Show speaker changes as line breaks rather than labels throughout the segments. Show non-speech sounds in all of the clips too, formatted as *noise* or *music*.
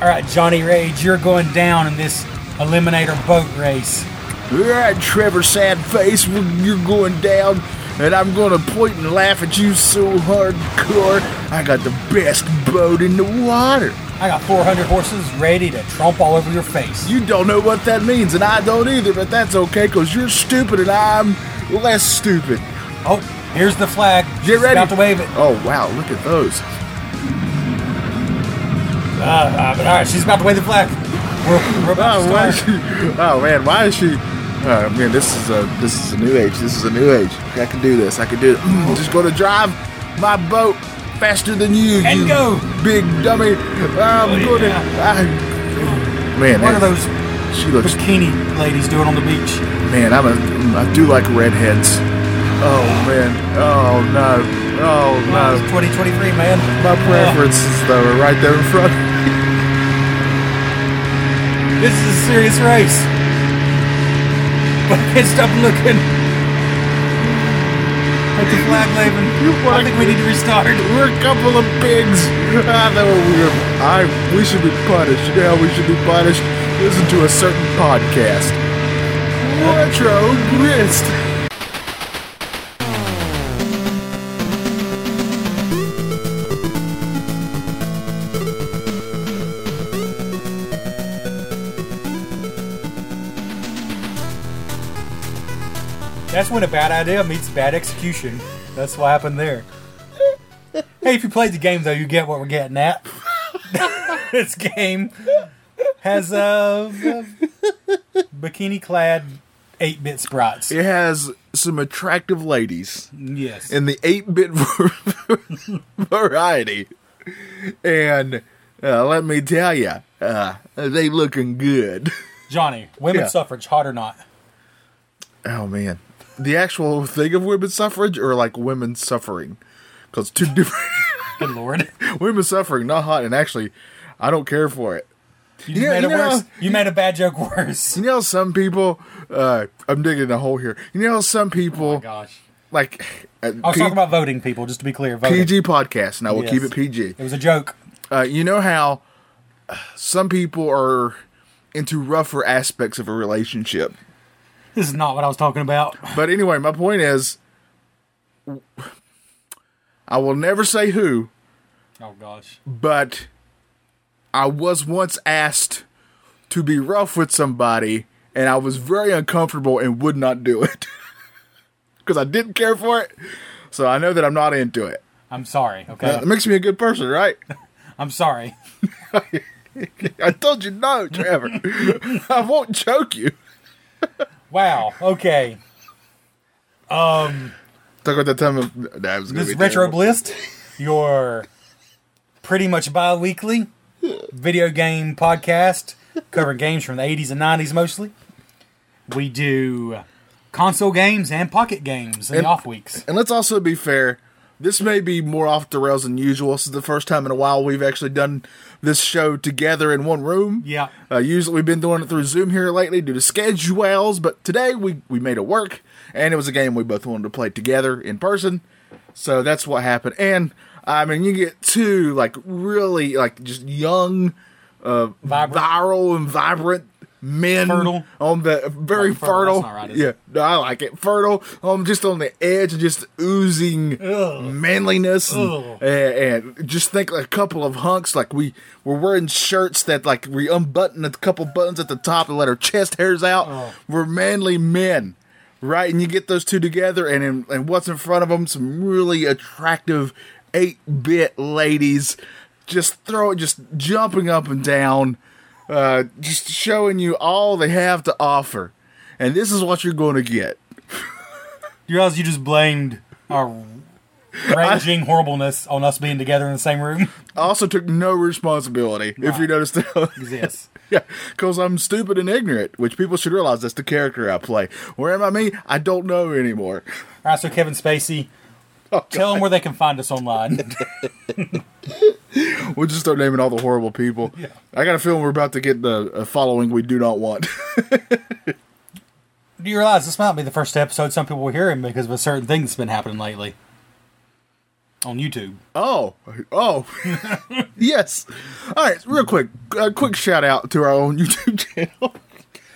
All right, Johnny Rage, you're going down in this Eliminator boat race.
All right, Trevor Sadface, you're going down, and I'm gonna point and laugh at you so hardcore. I got the best boat in the water.
I got 400 horses ready to trump all over your face.
You don't know what that means, and I don't either, but that's okay, cause you're stupid and I'm less stupid.
Oh, here's the flag.
Get
Just
ready.
About to wave it.
Oh wow, look at those.
Uh, uh, but all right, she's about to wave the flag. We're, we're about
Oh,
to
why is
start.
she? Oh man, why is she? Oh man, this is a this is a new age. This is a new age. I can do this. I can do it. I'm just gonna drive my boat faster than you.
And
you
go.
big dummy. I'm
Oh,
gonna.
yeah.
I, man,
What
that-
are those
She looks.
bikini ladies doing on the beach?
Man, I'm a. I do like redheads. Oh man. Oh no. Oh
Wow, it's
no.
2023, man.
My preferences though are right there in front.
This is a serious race. But *laughs* I can't stop looking at the flag waving.
You
I think we
fucking-
need to restart.
We're a couple of pigs. *laughs* Ah, I know we're. I. We should be punished. You know how we should be punished. Listen to a certain podcast. Retro Grist.
That's when a bad idea meets bad execution. That's what happened there. hey, if you played the game though, you get what we're getting at. *laughs* this game has uh, bikini-clad eight-bit sprites.
It has some attractive ladies
Yes,
in the eight-bit *laughs* variety, and uh, let me tell you, uh, they looking good. *laughs*
Johnny, women's
Yeah.
suffrage, hot or not?
Oh man, the actual thing of women's suffrage, or like women suffering, because two different.
Good lord, you
Women suffering, not hot, and actually, I don't care for it.
just
Yeah,
made
you
it
know-
worse. You made a bad joke worse. *laughs*
You know, how some people. Uh, I'm digging a hole here. You know, how some people
Gosh,
like. Uh,
Oh I was
P-
talking about voting, people. Just to be clear, voting.
PG podcast, and I will keep
Yes.
it PG.
It was a joke.
Uh, you know how uh, some people are into rougher aspects of a relationship.
This is not what I was talking about.
But anyway, my point is, I will never say who,
Oh gosh.
but I was once asked to be rough with somebody, and I was very uncomfortable and would not do it *laughs* because I didn't care for it. So I know that I'm not into it.
I'm sorry. Okay.
It makes me a good person, right? *laughs*
I'm sorry.
I told you no, Trevor. *laughs* I won't choke you.
Wow. Okay.
Talk about that time. Of, that was gonna
This
be
retro
terrible.
blist, your pretty much bi-weekly video game podcast covering games from the 80s and 90s mostly. We do console games and pocket games in the off weeks.
And let's also be fair. This may be more off the rails than usual. This is the first time in a while we've actually done this show together in one room.
Yeah.
Uh, usually we've been doing it through Zoom here lately due to schedules, but today we, we made it work, and it was a game we both wanted to play together in person. So that's what happened. And I mean, you get two like really like just young, uh,
Vibrant.
viral and vibrant men
Fertile.
on the very
Oh, fertile,
fertile.
that's not right, is
yeah,
it?
no, I like it. Fertile, um, just on the edge, and just oozing manliness, and,
Ugh.
and, and just think like a couple of hunks. Like we we're wearing shirts that like we unbutton a couple buttons at the top and let our chest hairs out. We're manly men, right? And you get those two together, and in, and what's in front of them? Some really attractive eight bit ladies, just throw just jumping up and down uh, just showing you all they have to offer. And this is what you're going to get.
You realize you just blamed our ranging horribleness on us being together in the same room.
also took no responsibility, if you noticed. *laughs*
Exists.
yeah, because I'm stupid and ignorant, which people should realize that's the character I play. Where am I me? I don't know anymore. *laughs*
All right, so Kevin Spacey, tell them where they can find us online.
We'll just start naming all the horrible people. I got a feeling we're about to get the a following we do not want. *laughs*
Do you realize this might be the first episode some people will hear him because of a certain thing that's been happening lately on YouTube?
Oh, oh, yes. All right, real quick, a quick shout out to our own *laughs* YouTube channel.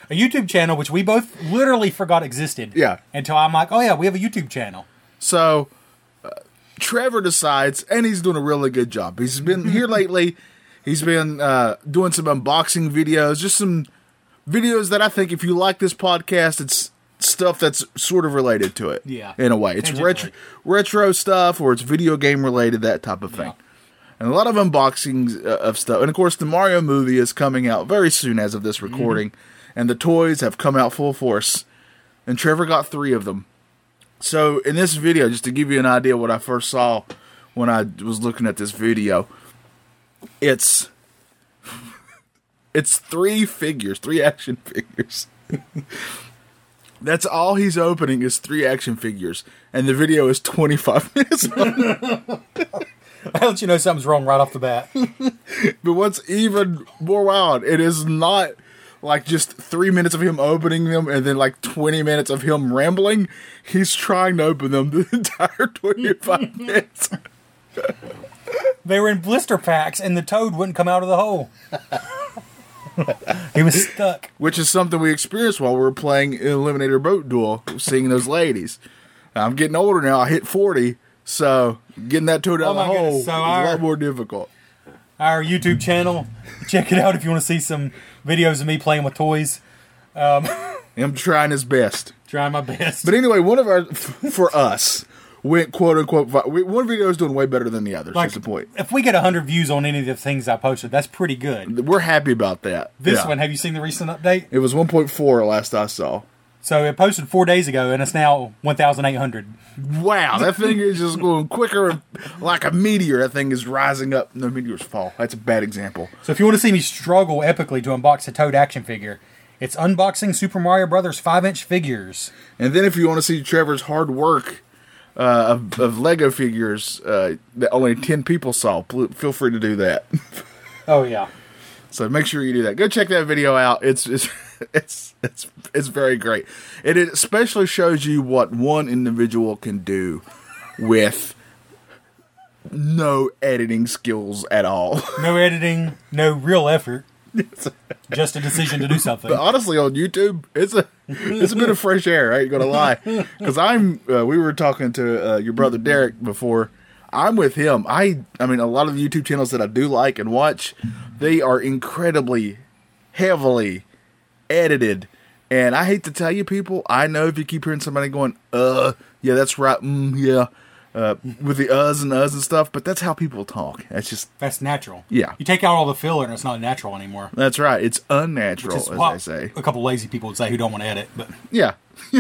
A YouTube channel which we both literally forgot existed.
Yeah.
Until I'm like, oh yeah, we have a YouTube channel. *laughs*
So, uh, Trevor decides, and he's doing a really good job. He's
Mm-hmm.
been here lately. He's been uh, doing some unboxing videos, just some videos that I think if you like this podcast, it's stuff that's sort of related to it.
Yeah.
in a way, it's retro
Tangentially.
retro stuff or it's video game related, that type of thing.
Yeah.
And a lot of unboxings uh, of stuff. And of course, the Mario movie is coming out very soon as of this
Mm-hmm.
recording. And the toys have come out full force. And Trevor got three of them. So, in this video, just to give you an idea what I first saw when I was looking at this video, it's. *laughs* It's three figures, three action figures. *laughs* That's all he's opening is three action figures, and the video is 25 *laughs* minutes long.
I'll let you know something's wrong right off the
*laughs*
bat.
But what's even more wild, it is not like just three minutes of him opening them and then like 20 minutes of him rambling. He's trying to open them the *laughs* entire 25 minutes.
they were in blister packs and the toad wouldn't come out of the hole. he was stuck.
Which is something we experienced while we were playing Eliminator Boat Duel, seeing those ladies. I'm getting older now, I hit 40, so getting that toad out
Oh
of the
my goodness,
hole
so
is
our-
a lot more difficult.
Our YouTube channel, check it out if you want to see some videos of me playing with toys.
I'm trying his best.
Trying my best.
But anyway, one of our, for us, went quote unquote, vi- one video is doing way better than the other.
Like,
that's the point.
If we get 100 views on any of the things I posted, that's pretty good.
We're happy about that.
This
Yeah.
one, have you seen the recent update?
It was 1.4 last I saw.
So it posted four days ago and it's now 1,800.
Wow, that thing is just going quicker and like a meteor. That thing is rising up. No meteors fall. That's a bad example.
So if you want to see me struggle epically to unbox a Toad action figure, it's unboxing Super Mario Brothers 5 inch figures.
And then if you want to see Trevor's hard work uh, of, of Lego figures uh, that only 10 people saw, pl- feel free to do that. *laughs*
Oh, yeah.
So make sure you do that. Go check that video out. It's it's *laughs* it's it's, it's very great. And it especially shows you what one individual can do with no editing skills at all. *laughs*
No editing, no real effort. Just a decision to do something.
Honestly, on YouTube, it's a it's a bit of fresh air. I ain't gonna lie, because I'm uh, we were talking to uh, your brother Derek before. I'm with him. I I mean, a lot of the YouTube channels that I do like and watch, they are incredibly heavily edited. And I hate to tell you, people, I know if you keep hearing somebody going, "Uh, yeah, that's right, mm, yeah," uh, with the uhs and uhs and stuff, but that's how people talk. That's just
That's natural.
Yeah.
You take out all the filler and it's not natural anymore.
that's right. It's unnatural,
It's
as
what
they say.
A couple lazy people would say who don't want to edit, but
Yeah. *laughs* I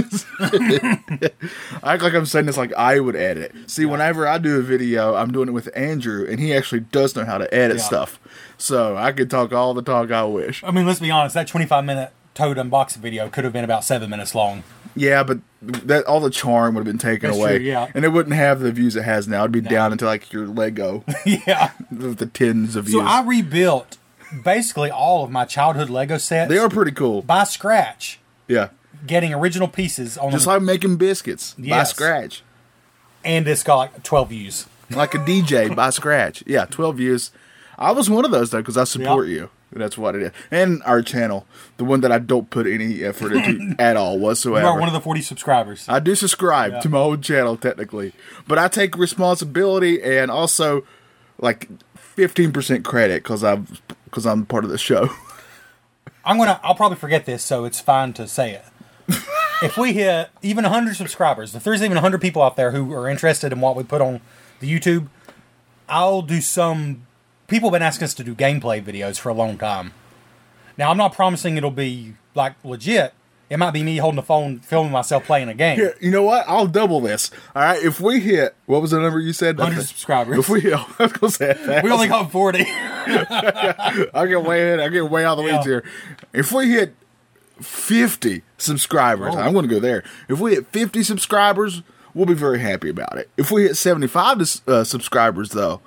act like I'm saying this like I would edit. See, whenever I do a video, I'm doing it with Andrew, and he actually does know how to edit
Yeah.
stuff. So I could talk all the talk I wish.
I mean, let's be honest. That 25 minute Toad unboxing video could have been about seven minutes long. *laughs*
Yeah, but that all the charm would have been taken
That's
away,
true, yeah.
and it wouldn't have the views it has now. It'd be down into like your
*laughs*
Lego
yeah.
with the tens of views.
So I rebuilt basically all of my childhood Lego sets
they are pretty cool.
by scratch,
Yeah,
getting original pieces on
just
them,
like making biscuits by
Yes.
scratch,
and it's got like 12 views.
like a DJ
*laughs*
by scratch. Yeah, twelve views. I was one of those though because I support
Yeah.
you. That's what it is. And our channel, the one that I don't put any effort
*laughs*
into at all
You
whatsoever.
are one of the 40 subscribers.
I do subscribe
Yeah.
to my old channel technically, but I take responsibility and also like fifteen percent credit because I'm because I'm part of the show. *laughs*
I'm gonna. I'll probably forget this, so it's fine to say
*laughs*
it. if we hit even 100 subscribers, if there's even 100 people out there who are interested in what we put on the YouTube, I'll do some. People have been asking us to do gameplay videos for a long time. Now I'm not promising it'll be like legit, It might be me holding the phone, filming myself playing a game.
Here, you know what? I'll double this. All right, if we hit what was the number you said?
100 subscribers.
If we hit, *laughs* I was gonna say that.
We only got 40.
I get way ahead. I get way out of the
Yeah.
weeds here. If we hit fifty subscribers, I'm going to go there. If we hit fifty subscribers, we'll be very happy about it. If we hit seventy-five dis- uh, subscribers, though,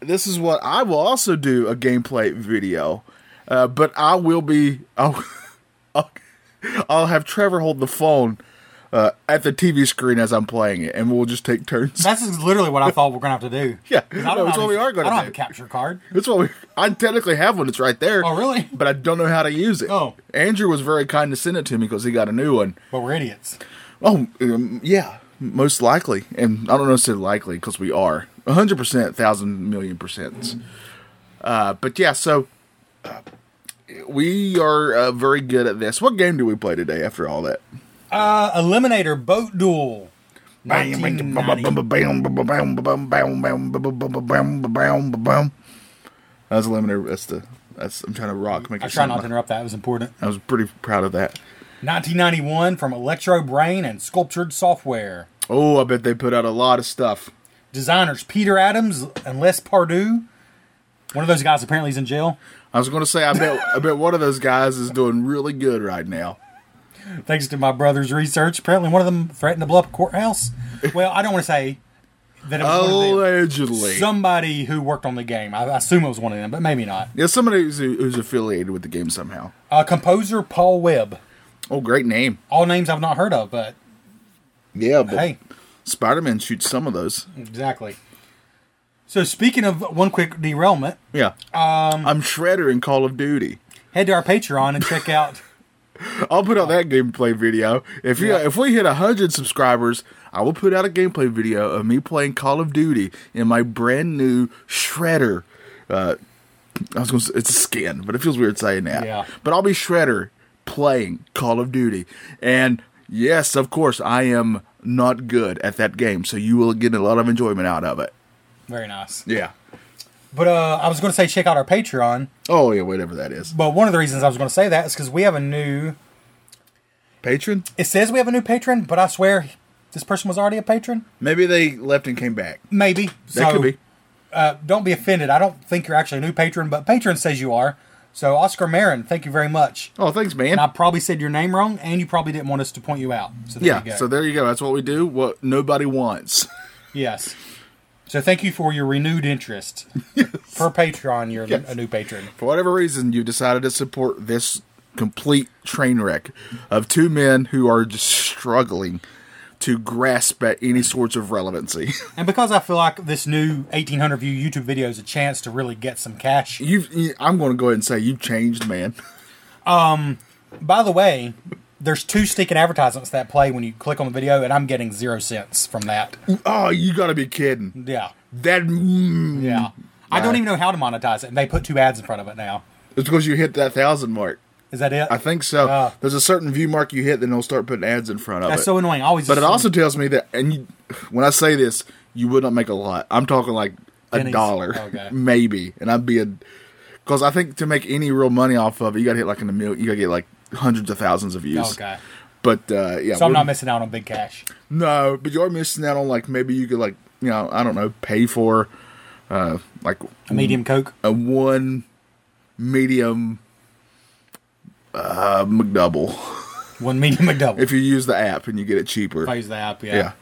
this is what I will also do a gameplay video, uh, but I will be. *laughs* I'll, I'll, I'll have Trevor hold the phone. Uh, at the TV screen as I'm playing it, and we'll just take turns.
*laughs* That's just literally what I thought we are going to have to do.
*laughs* Yeah.
'Cause I don't
No, it's
have
what we
a-
are gonna
I don't
do.
have a capture card.
That's what we. I technically have one. It's right there.
Oh, really?
But I don't know how to use it.
Oh.
Andrew was very kind to send it to me because he got a new one.
But we're idiots.
Oh, um, yeah, most likely, and I don't know say likely because we are hundred percent, thousand million percent. Uh, but yeah, so uh, we are uh, very good at this. What game do we play today? After all that,
Uh, Eliminator Boat Duel.
Bam, bam, bam,
1990.
bam, bam, bam, bam, bam, bam, bam, bam, bam, bam, bam, bam. That's eliminator. That's the. That's. I'm trying to rock. Make
I
it
try
sound
not
like-
to interrupt that. It was important.
I was pretty proud of that.
1991 from Electro Brain and Sculptured Software.
Oh, I bet they put out a lot of stuff.
Designers Peter Adams and Les Pardue. One of those guys apparently is in jail.
I was going to say, I bet, I bet one of those guys is doing really good right now.
Thanks to my brother's research, apparently one of them threatened to blow up a courthouse. Well, I don't want to say that it was one of them.
Allegedly,
Somebody who worked on the game. I I assume it was one of them, but maybe not.
yeah, somebody who's, who's affiliated with the game somehow.
Uh, composer Paul Webb.
Oh, great name.
All names I've not heard of, but
Yeah, but
hey,
Spider-Man shoots some of those.
exactly. So speaking of one quick derailment,
Yeah, um, I'm Shredder in Call of Duty.
head to our Patreon and check
*laughs*
out.
I'll put out that gameplay video. If you if we hit hundred subscribers, I will put out a gameplay video of me playing Call of Duty in my brand new Shredder. Uh, I was going to say it's a skin, but it feels weird saying that.
Yeah.
But I'll be Shredder playing Call of Duty, and yes, of course, I am not good at that game, so you will get a lot of enjoyment out of it.
Very nice.
Yeah.
But uh, I was going to say check out our Patreon.
Oh yeah, whatever that is.
But one of the reasons I was going to say that is because we have a new.
Patron?
It says we have a new patron, but I swear this person was already a patron.
Maybe they left and came back.
Maybe.
That
so,
could be.
Uh, don't be offended. I don't think you're actually a new patron, but patron says you are. So Oscar Marin, thank you very much.
Oh, thanks, man.
And I probably said your name wrong, and you probably didn't want us to point you out. So there
Yeah,
you go.
so there you go. That's what we do. What nobody wants. *laughs*
yes. So thank you for your renewed interest. Per Patreon, you're a new patron.
For whatever reason, you decided to support this complete train wreck of two men who are just struggling to grasp at any sorts of relevancy. *laughs*
And because I feel like this new 1800 view YouTube video is a chance to really get some cash.
You've, you, I'm going to go ahead and say you've changed, man. *laughs*
By the way, there's two stinking advertisements that play when you click on the video, and I'm getting zero cents from that.
Oh, you got to be kidding.
Yeah.
That mm,
Yeah. I don't
Wow.
even know how to monetize it, and they put two ads in front of it now.
it's because you hit that thousand mark.
Is that it?
I think so.
Ah.
There's a certain view mark you hit, then they'll start putting ads in front of
That's
it.
so annoying. I always
But it
assume-
also tells me that, and you, when I say this, you would not make a lot. I'm talking like a
Pennies.
dollar,
Okay.
*laughs* maybe, and I'd be a because I think to make any real money off of it, you got to hit like in the mill, you got to get like hundreds of thousands of views.
Okay.
But uh, yeah,
So I'm
we're-
not missing out on big cash.
no, but you are missing out on like maybe you could like you know I don't know pay for uh like
A medium Coke.
a one medium uh McDouble
One medium *laughs* McDouble. If
if you use the app and you get it cheaper.
I use the app, yeah.
yeah.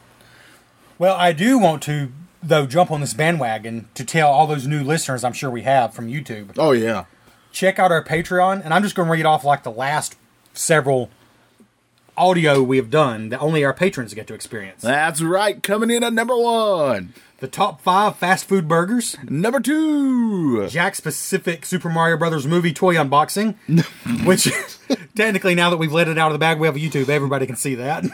Well, I do want to, though, jump on this bandwagon to tell all those new listeners I'm sure we have from YouTube.
Oh yeah.
check out our Patreon, and I'm just going to read off like the last several audio we have done that only our patrons get to experience.
That's right. Coming in at number one.
The top five fast food burgers,
Number two. *laughs*
Jack's specific Super Mario Brothers movie toy unboxing, which technically now that we've let it out of the bag, we have a YouTube. Everybody can see
*laughs*
that.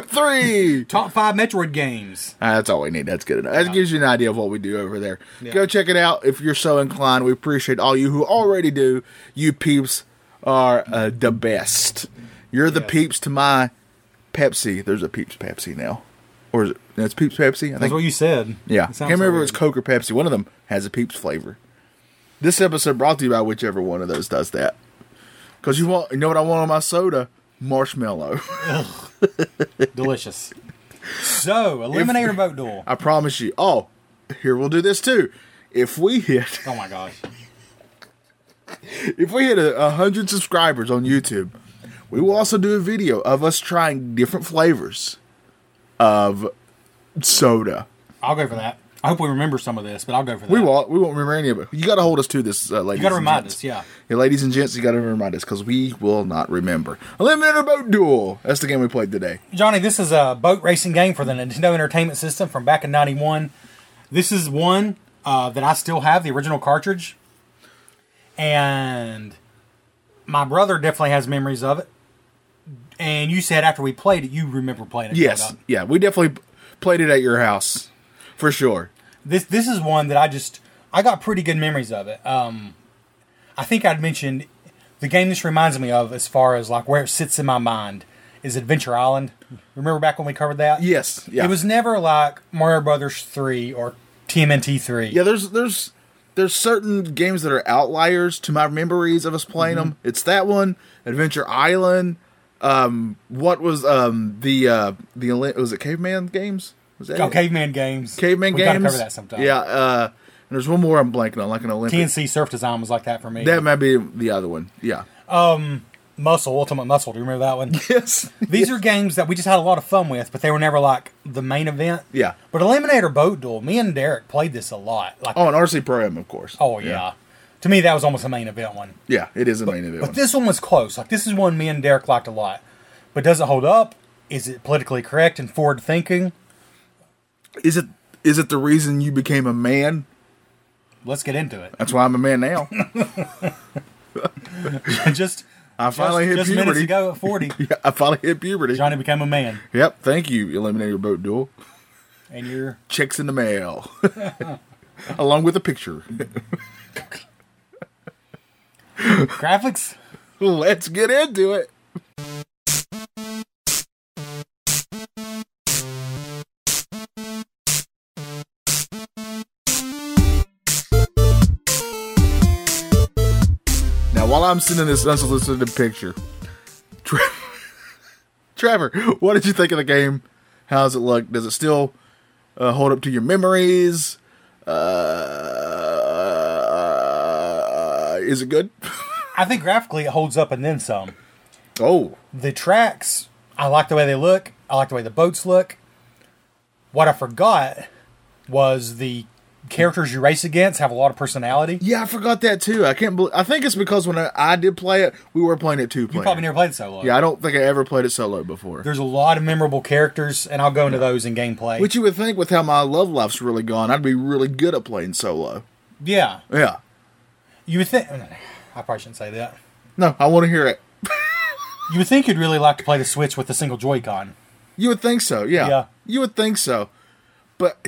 *laughs*
three.
top five Metroid games.
Ah, that's all we need. That's good enough. That gives you an idea of what we do over there. Go check it out if you're so inclined. We appreciate all you who already do. You peeps are uh, the best. You're the
Yes.
peeps to my Pepsi. There's a peeps Pepsi now. Or is it? no, It's peeps Pepsi? I
That's
think.
what you said.
yeah. I
It
can't
sounds
remember if
so
it's Coke or Pepsi. One of them has a peeps flavor. This episode brought to you by whichever one of those does that. Because you want, you know what I want on my soda? marshmallow. *laughs*
Delicious. So, eliminator boat duel.
I promise you. Oh, here we'll do this too. If we hit, *laughs*
Oh my gosh.
if we hit a, a hundred subscribers on YouTube, we will also do a video of us trying different flavors of soda.
I'll go for that. I hope we remember some of this, but I'll go for that.
We won't. We won't remember any of it. You got to hold us to this, uh, ladies.
You got to
and
remind
gents.
us, yeah.
Yeah, ladies and gents, you got to remind us because we will not remember. Eliminator Boat Duel. That's the game we played today.
Johnny, this is a boat racing game for the Nintendo Entertainment System from back in 91. This is one uh, that I still have, the original cartridge. And my brother definitely has memories of it. And you said after we played it, you remember playing it.
Yes.
Kodak.
Yeah, we definitely played it at your house for sure.
This this is one that I just I got pretty good memories of it. Um, I think I'd mentioned the game this reminds me of as far as like where it sits in my mind is Adventure Island. Remember back when we covered that?
Yes. Yeah.
It was never like Mario Brothers 3 or TMNT 3.
Yeah. There's there's there's certain games that are outliers to my memories of us playing
Mm-hmm.
them. It's that one, Adventure Island. Um, what was um the uh the Oli- was it Caveman Games? Was that
Oh,
it?
Caveman Games.
Caveman
we
Games?
gotta cover that sometime.
Yeah. Uh, and there's one more I'm blanking on, like an Olympic.
TNC Surf Design was like that for me.
That might be the other one. Yeah.
Muscle, Ultimate Muscle. Do you remember
*laughs*
that one?
Yes.
These are games that we just had a lot of fun with, but they were never like the main event.
Yeah.
But Eliminator Boat Duel, me and Derek played this a lot. Like,
Oh, and RC Pro M, of course.
oh yeah. To me, that was almost a main event one.
Yeah, it is the main event.
But
one.
this one was close. Like this is one me and Derek liked a lot. But does it hold up? Is it politically correct and forward thinking?
Is it is it the reason you became a man?
Let's get into it. *laughs*
That's why I'm a man now.
just
*laughs* I finally
just,
hit
just minutes
puberty.
ago at 40,
*laughs* Yeah, I finally hit puberty.
Johnny became a man,
Yep. Thank you, Eliminator Boat Duel.
and you're
Checks in the mail, *laughs* along with a picture.
graphics.
*laughs* Let's get into it. Now, while I'm sending this unsolicited picture, Tra- *laughs* Trevor, what did you think of the game? How's it look? Does it still uh, hold up to your memories? Uh, is it good? *laughs*
I think graphically it holds up and then some.
Oh,
The tracks, I like the way they look. I like the way the boats look. What I forgot was the characters you race against have a lot of personality. You
Yeah, I forgot that too. I can't. Believe, I think it's because when I, I did play it, we were playing it two player.
probably never played solo.
yeah, I don't think I ever played it solo before.
There's a lot of memorable characters, and I'll go into those in gameplay.
Which you would think, with how my love life's really gone, I'd be really good at playing solo.
yeah,
Yeah.
you would think. I probably shouldn't say that.
No, I want to hear it.
You would think you'd really like to play the Switch with the single Joy-Con.
You would think so. Yeah.
Yeah.
You would think so, but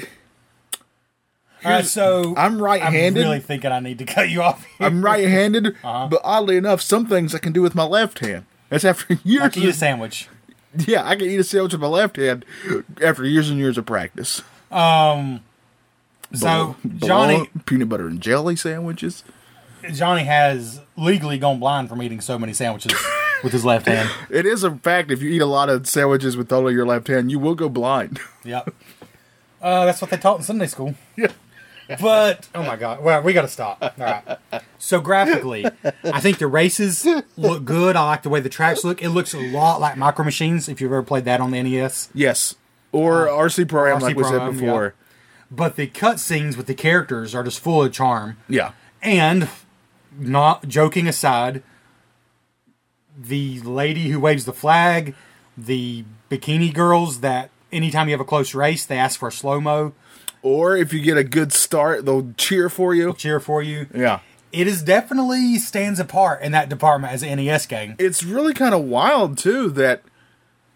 All right, so
I'm right-handed.
I'm really Uh-huh. thinking I need to *laughs* cut you off.
*laughs*
Here.
I'm right-handed. But oddly enough, some things I can do with my left hand. That's after *laughs* years.
I can eat a
of,
sandwich.
yeah, I can eat a sandwich with my left hand after years and years of practice.
So
Blah-
Johnny
peanut butter and jelly sandwiches.
Johnny has legally gone blind from eating so many sandwiches with his left
*laughs*
hand.
It is a fact. If you eat a lot of sandwiches with only your left hand, you will go blind.
Yep. *laughs* Uh, that's what they taught in Sunday school. *laughs*
Yeah.
But *laughs* oh my god, well we got to stop. All right. So graphically, I think the races look good. I like the way the tracks look. It looks a lot like Micro Machines if you've ever played that on the E NES.
*laughs* Yes. Or RC program,
RC
like we said
program,
before.
But the cutscenes with the characters are just full of charm.
Yeah.
And not joking aside, the lady who waves the flag, the bikini girls that anytime you have a close race, they ask for a slow mo,
Or if you get a good start, they'll cheer for you.
cheer for you.
Yeah.
It is definitely stands apart in that department as E an NES game.
It's really kind of wild, too, that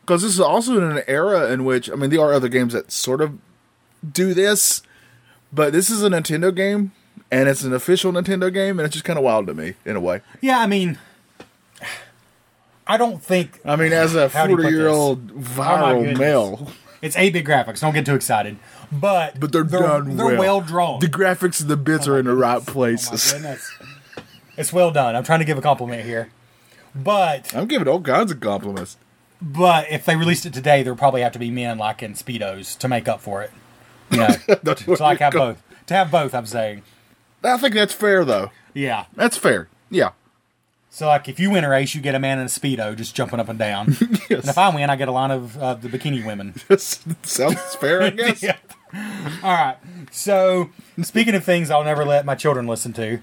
because this is also in an era in which, I mean, there are other games that sort of do this, but this is a Nintendo game and it's an official Nintendo game, and it's just kind of wild to me in a way.
Yeah, I mean, I don't think
I mean, as a
How do you put
40 year old viral
goodness.
male.
it's 8 bit graphics. Don't get too excited. But,
but they're, done
they're
well.
drawn. Oh
The graphics and the bits are in the right
My
*laughs* places.
goodness. It's well done. I'm trying to give a compliment here. But
I'm giving all kinds of compliments.
but if they released it today, there'd probably have to be men like in speedos to make up for it. You
*laughs*
know, to,
That's where
to, like
you're
have
going.
both. To have both, I'm saying.
I think that's fair though.
Yeah.
That's fair. Yeah. *laughs*
So like, if you win a race, you get a man in a speedo just jumping up and
*laughs*
down. And if I win, I get a line of uh, the bikini women.
Sounds
*laughs*
fair, I guess.
Yeah. All right. So speaking of things I'll never let my children listen to,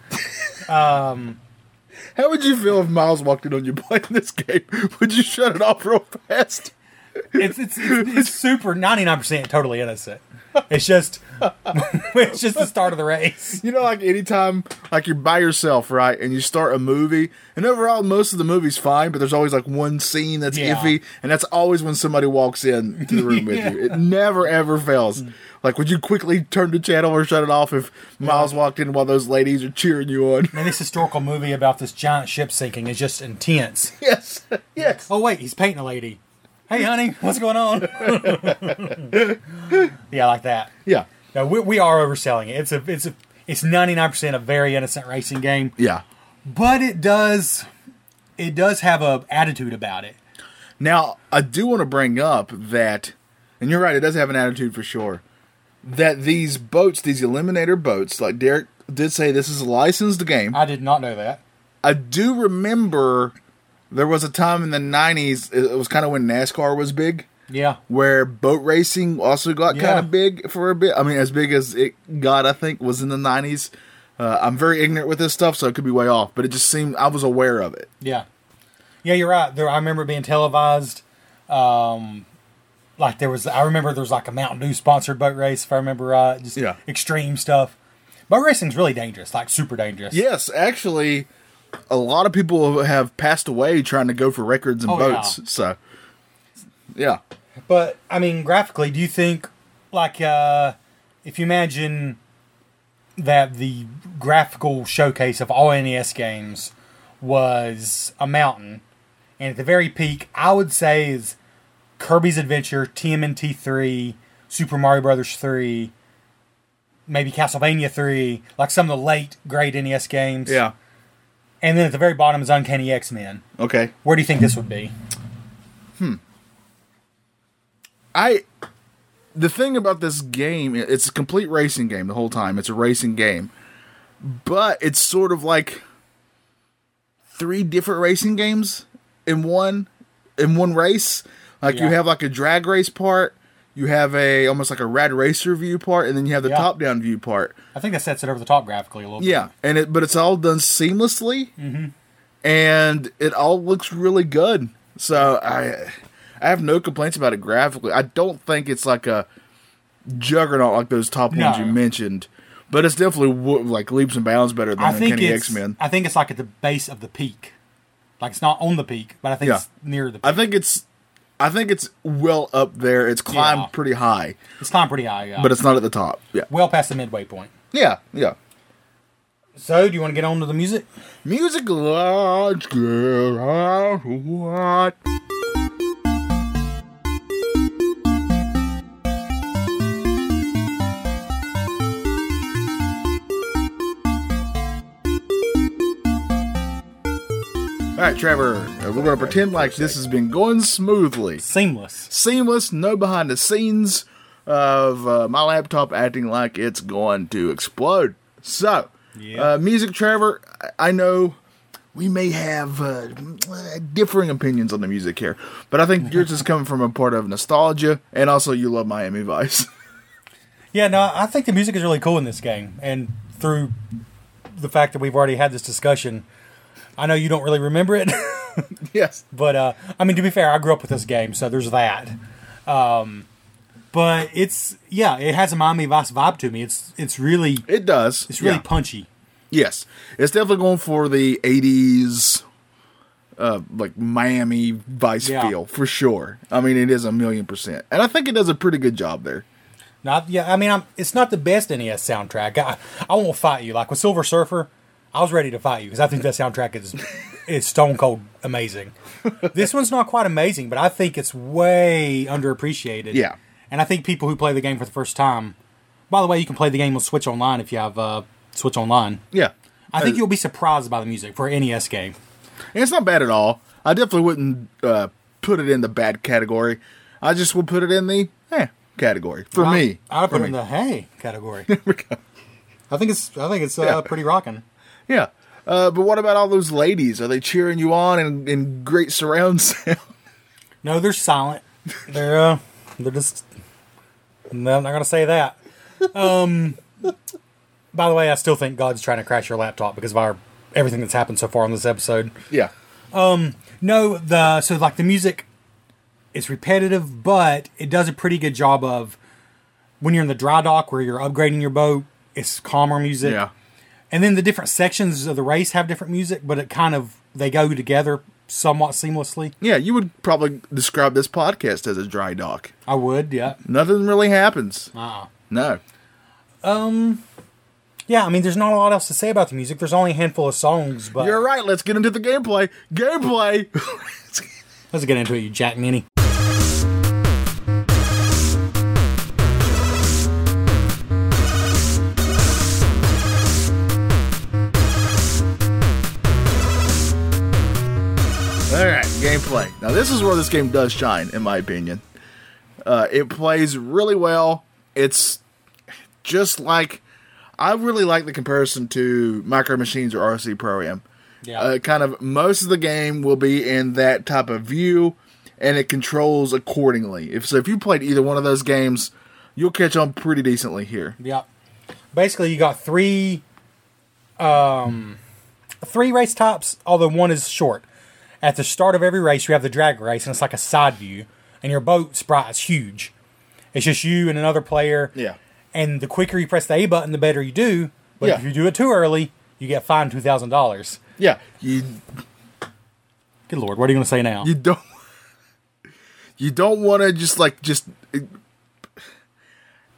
How would you feel if Miles walked in on you playing this game? *laughs* Would you shut it off real fast?
it's it's, it's, it's super ninety nine percent totally innocent. It's just *laughs* it's just the start of the race.
You know, like anytime, like you're by yourself, right? And you start a movie, and overall, most of the movie's fine, but there's always like one scene that's
Yeah.
iffy, and that's always when somebody walks in to the room with you. It never ever fails. Like, would you quickly turn the channel or shut it off if Miles walked in while those ladies are cheering you on?
And this historical movie about this giant ship sinking is just intense.
yes, yes.
Oh wait, he's painting a lady. Hey honey, what's going on? *laughs* yeah, like that.
Yeah,
No, we, we are overselling it. It's a it's a it's ninety nine percent a very innocent racing game,
yeah.
but it does it does have a attitude about it.
Now, I do want to bring up that, and you're right, it does have an attitude for sure. That these boats, these eliminator boats, like Derek did say, this is a licensed game.
I did not know that.
I do remember there was a time in the 90s, it it was kind of when NASCAR was big,
Yeah,
where boat racing also got
Yeah.
kind of big for a bit. I mean, as big as it got, I think, was in the 90s. Uh, I'm very ignorant with this stuff, so it could be way off, but it just seemed I was aware of it.
yeah, yeah. You're right. There, I remember it being televised. Um, like there was, I remember there was like a Mountain Dew sponsored boat race, if I remember right. Just
Yeah.
extreme stuff. Boat racing's really dangerous, like super dangerous.
Yes, actually, a lot of people have passed away trying to go for records in
Oh, yeah.
boats. So, yeah,
But I mean, graphically, do you think, like, uh, if you imagine that the graphical showcase of all NES games was a mountain, and at the very peak, I would say is Kirby's Adventure, TMNT three, Super Mario Brothers three, maybe Castlevania three, like some of the late great NES games.
yeah,
And then at the very bottom is Uncanny X Men.
okay.
Where do you think this would be?
I the thing about this game, it's a complete racing game the whole time. It's a racing game, but it's sort of like three different racing games in one in one race. Like you
Yeah.
have like a drag race part, you have a almost like a rad racer view part, and then you have the
Yeah.
top down view part.
I think that sets it over the top graphically a little bit.
Yeah, and it but it's all done seamlessly, and it all looks really good. So I, I have no complaints about it graphically. I don't think it's like a juggernaut like those top ones
No.
you mentioned, but it's definitely wo- like leaps and bounds better
I
than
think
Uncanny
it's.
X Men.
I think it's like at the base of the peak, like it's not on the peak, but I think
Yeah.
it's near the. peak.
I think it's, I think it's well up there. It's climbed
Yeah.
pretty high,
It's climbed pretty high, yeah.
but it's not at the top. Yeah,
well past the midway point.
yeah, yeah.
So, do you want to get on to the music?
Music large girl, what? All right, Trevor, uh, we're going to pretend like this has been going smoothly.
Seamless.
Seamless, no behind the scenes of uh, my laptop acting like it's going to explode. So,
Yeah.
uh, music, Trevor, I- I know we may have uh, differing opinions on the music here, but I think yours is coming from a part of nostalgia, and also you love Miami Vice. *laughs*
Yeah, no, I think the music is really cool in this game, and through the fact that we've already had this discussion, I know you don't really remember it, *laughs*
yes.
but uh, I mean to be fair, I grew up with this game, so there's that. Um, but it's yeah, it has a Miami Vice vibe to me. It's it's really
It does.
it's really
Yeah.
punchy.
Yes, it's definitely going for the '80s, uh, like Miami Vice
Yeah.
feel for sure. I mean, it is a million percent, and I think it does a pretty good job there.
Not yeah, I mean, I'm, it's not the best NES soundtrack. I, I won't fight you. Like with Silver Surfer, I was ready to fight you because I think that soundtrack
*laughs*
is is stone cold amazing. this one's not quite amazing, but I think it's way underappreciated.
Yeah.
and I think people who play the game for the first time. By the way, you can play the game on Switch Online if you have uh, Switch Online.
Yeah,
I think you'll be surprised by the music for an NES E game.
And it's not bad at all. I definitely wouldn't uh, put it in the bad category. I just would put it in the eh category for
I-
me.
I would
For
put it
me.
in the hey
*laughs*
category.
Here we go.
I think it's I think it's uh,
Yeah.
pretty rocking.
Yeah. Uh, but what about all those ladies? Are they cheering you on in, in great surround *laughs* sound?
No, they're silent. They're uh, they're just. No, I'm not gonna say that. Um, by the way, I still think God's trying to crash your laptop because of our everything that's happened so far on this episode.
yeah.
No, the so like the music is repetitive, but it does a pretty good job of when you're in the dry dock where you're upgrading your boat. It's calmer music.
Yeah.
And then the different sections of the race have different music, but it kind of they go together somewhat seamlessly.
Yeah, you would probably describe this podcast as a dry dock.
I would, yeah.
Nothing really happens.
Uh-uh.
No.
Yeah, I mean there's not a lot else to say about the music. There's only a handful of songs, but
You're right. Let's get into the gameplay. Gameplay. *laughs*
let's get into it, you Jack Ninny.
All right, gameplay. Now this is where this game does shine, in my opinion. Uh, it plays really well. It's just like I really like the comparison to Micro Machines or RC Pro Am.
Yeah.
Uh, kind of most of the game will be in that type of view, and it controls accordingly. If so, if you played either one of those games, you'll catch on pretty decently here.
Yeah. Basically, you got three, um, three race types. Although one is short. At the start of every race, you have the drag race, and it's like a side view, and your boat sprite is huge. It's just you and another player.
Yeah.
And the quicker you press the A button, the better you do. But if
Yeah.
you do it too early, you get fined two thousand dollars.
Yeah, you
Good lord, what are you going to say now?
you don't you don't want to just like just you,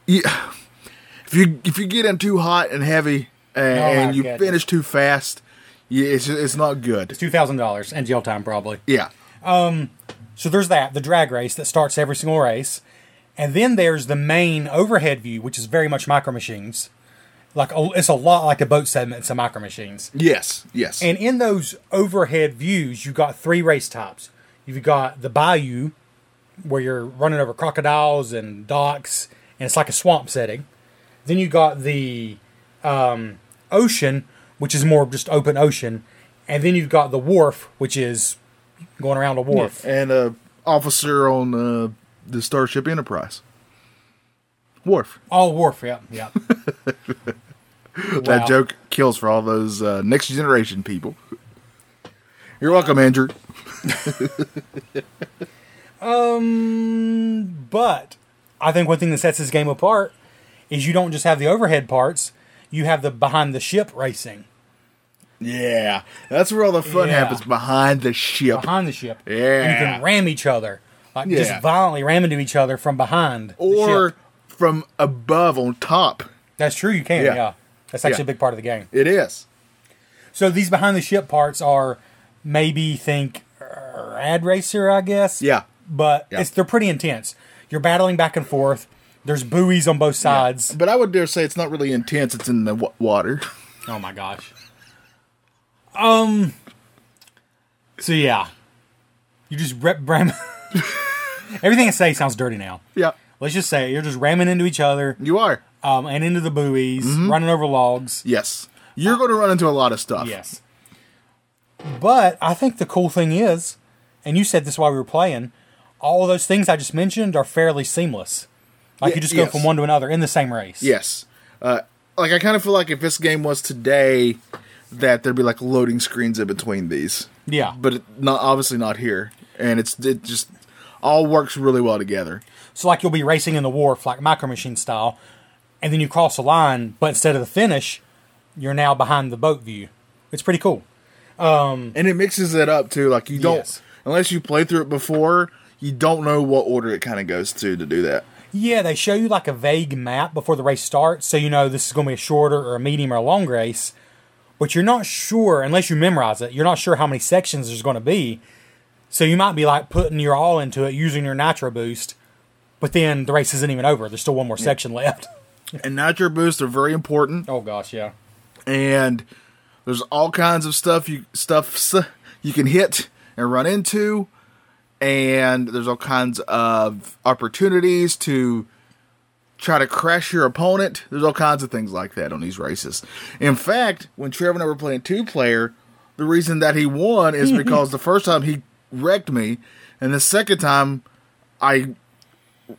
if you if you get in too hot and heavy and,
Oh my
and you
goodness.
finish too fast you, it's it's not good
two thousand dollars and jail time probably.
yeah
So there's that, the drag race that starts every single race. And then there's the main overhead view, which is very much micro machines. Like a- it's a lot like the boat segment to micro machines.
yes yes
And in those overhead views, you got three race types. You've got the bayou, where you're running over crocodiles and docks, and it's like a swamp setting. Then you got the um, ocean, which is more just open ocean, and then you've got the wharf, which is going around a wharf.
and a officer on uh, the starship enterprise Worf.
All wharf, yeah, yeah.
*laughs*
Wow.
That joke kills for all those uh, next generation people. You're welcome, Andrew.
But I think one thing that sets this game apart is you don't just have the overhead parts; you have the behind the ship racing
Yeah, that's where all the fun
Yeah.
happens behind the ship.
behind the ship.
Yeah.
and you can ram each other, like
Yeah.
just violently ram into each other from behind. the
or
ship.
from above on top.
that's true, you can.
Yeah.
Yeah, that's actually
Yeah.
a big part of the game.
It is.
So these behind the ship parts are maybe think uh, Rad Racer, I guess.
Yeah.
but
Yeah.
it's they're pretty intense. You're battling back and forth. There's buoys on both sides.
But I would dare say it's not really intense. It's in the w-
*laughs*
water.
Oh my gosh. Um. So yeah, you just rep ram. *laughs* Everything I say sounds dirty now.
yeah,
Let's just say you're just ramming into each other
you are.
um, and into the buoys, running over logs.
Yes, you're going to run into a lot of stuff.
Yes. But I think the cool thing is, and you said this while we were playing, all of those things I just mentioned are fairly seamless. Like
Ye-
you just go
yes.
from one to another in the same race.
Yes. Uh, like I kind of feel like if this game was today, that there'd be like loading screens in between these.
Yeah.
But it, not obviously not here, and it's it just all works really well together.
So like you'll be racing in the wharf, like micro machine style, and then you cross a line, but instead of the finish, you're now behind the boat view. It's pretty cool.
and it mixes it up too. Like you don't
Yes.
unless you play through it before, you don't know what order it kind of goes to to do that.
Yeah, they show you like a vague map before the race starts, so you know this is going to be a shorter or a medium or a long race. But you're not sure unless you memorize it. You're not sure how many sections there's going to be, so you might be like putting your all into it, using your nitro boost, but then the race isn't even over. There's still one more section left.
And nitro boosts are very important,
Oh gosh, yeah.
and there's all kinds of stuff you stuff s- you can hit and run into, and there's all kinds of opportunities to try to crash your opponent. There's all kinds of things like that on these races. In fact, when Trevor and I were playing two player, the reason that he won
*laughs*
is because the first time he wrecked me, and the second time I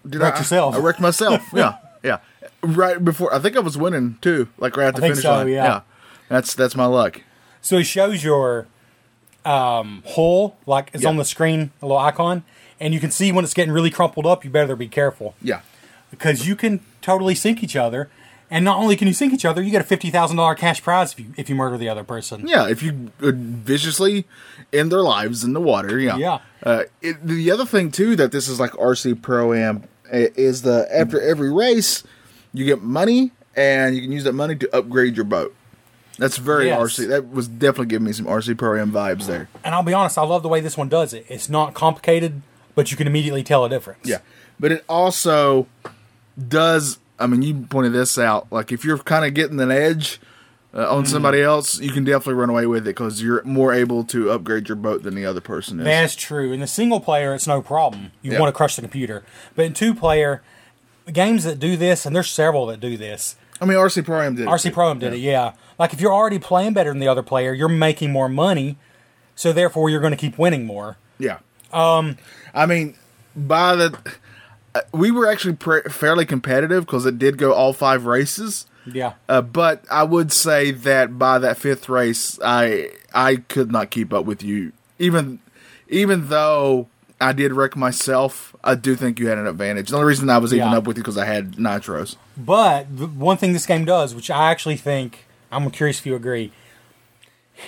did
Wrecked
I,
yourself.
I
*laughs*
wrecked myself. yeah, yeah. Right before I think I was winning too, like right at the
think
finish
so,
line.
yeah.
That's that's my luck.
So it shows your um, hull, like it's
Yeah.
on the screen, a little icon, and you can see when it's getting really crumpled up. You better be careful
Yeah.
because you can totally sink each other. And not only can you sink each other, you get a fifty thousand dollar cash prize if you if you murder the other person.
Yeah, if you uh, viciously end their lives in the water, yeah.
Yeah.
Uh, it, the other thing too that this is like RC Pro Am uh, is the after every race, you get money and you can use that money to upgrade your boat. That's very
Yes.
RC. That was definitely giving me some RC Pro Am vibes there.
And I'll be honest, I love the way this one does it. It's not complicated, but you can immediately tell a difference.
Yeah. But it also does. I mean, you pointed this out. Like, if you're kind of getting an edge uh, on somebody else, you can definitely run away with it because you're more able to upgrade your boat than the other person is.
That's true. In the single player, it's no problem. You
Yeah.
want to crush the computer. But in two player, games that do this, and there's several that do this.
I mean, RC Pro Am did. it
RC
too.
Pro did it, yeah. Like if you're already playing better than the other player, you're making more money, so therefore you're going to keep winning more.
Yeah. Um, I mean, by the uh, we were actually pre- fairly competitive because it did go all five races.
Yeah.
Uh, but I would say that by that fifth race, I I could not keep up with you. Even even though I did wreck myself, I do think you had an advantage. The only reason I was even
Yeah.
up with you because I had nitros.
But the one thing this game does, which I actually think, I'm curious if you agree,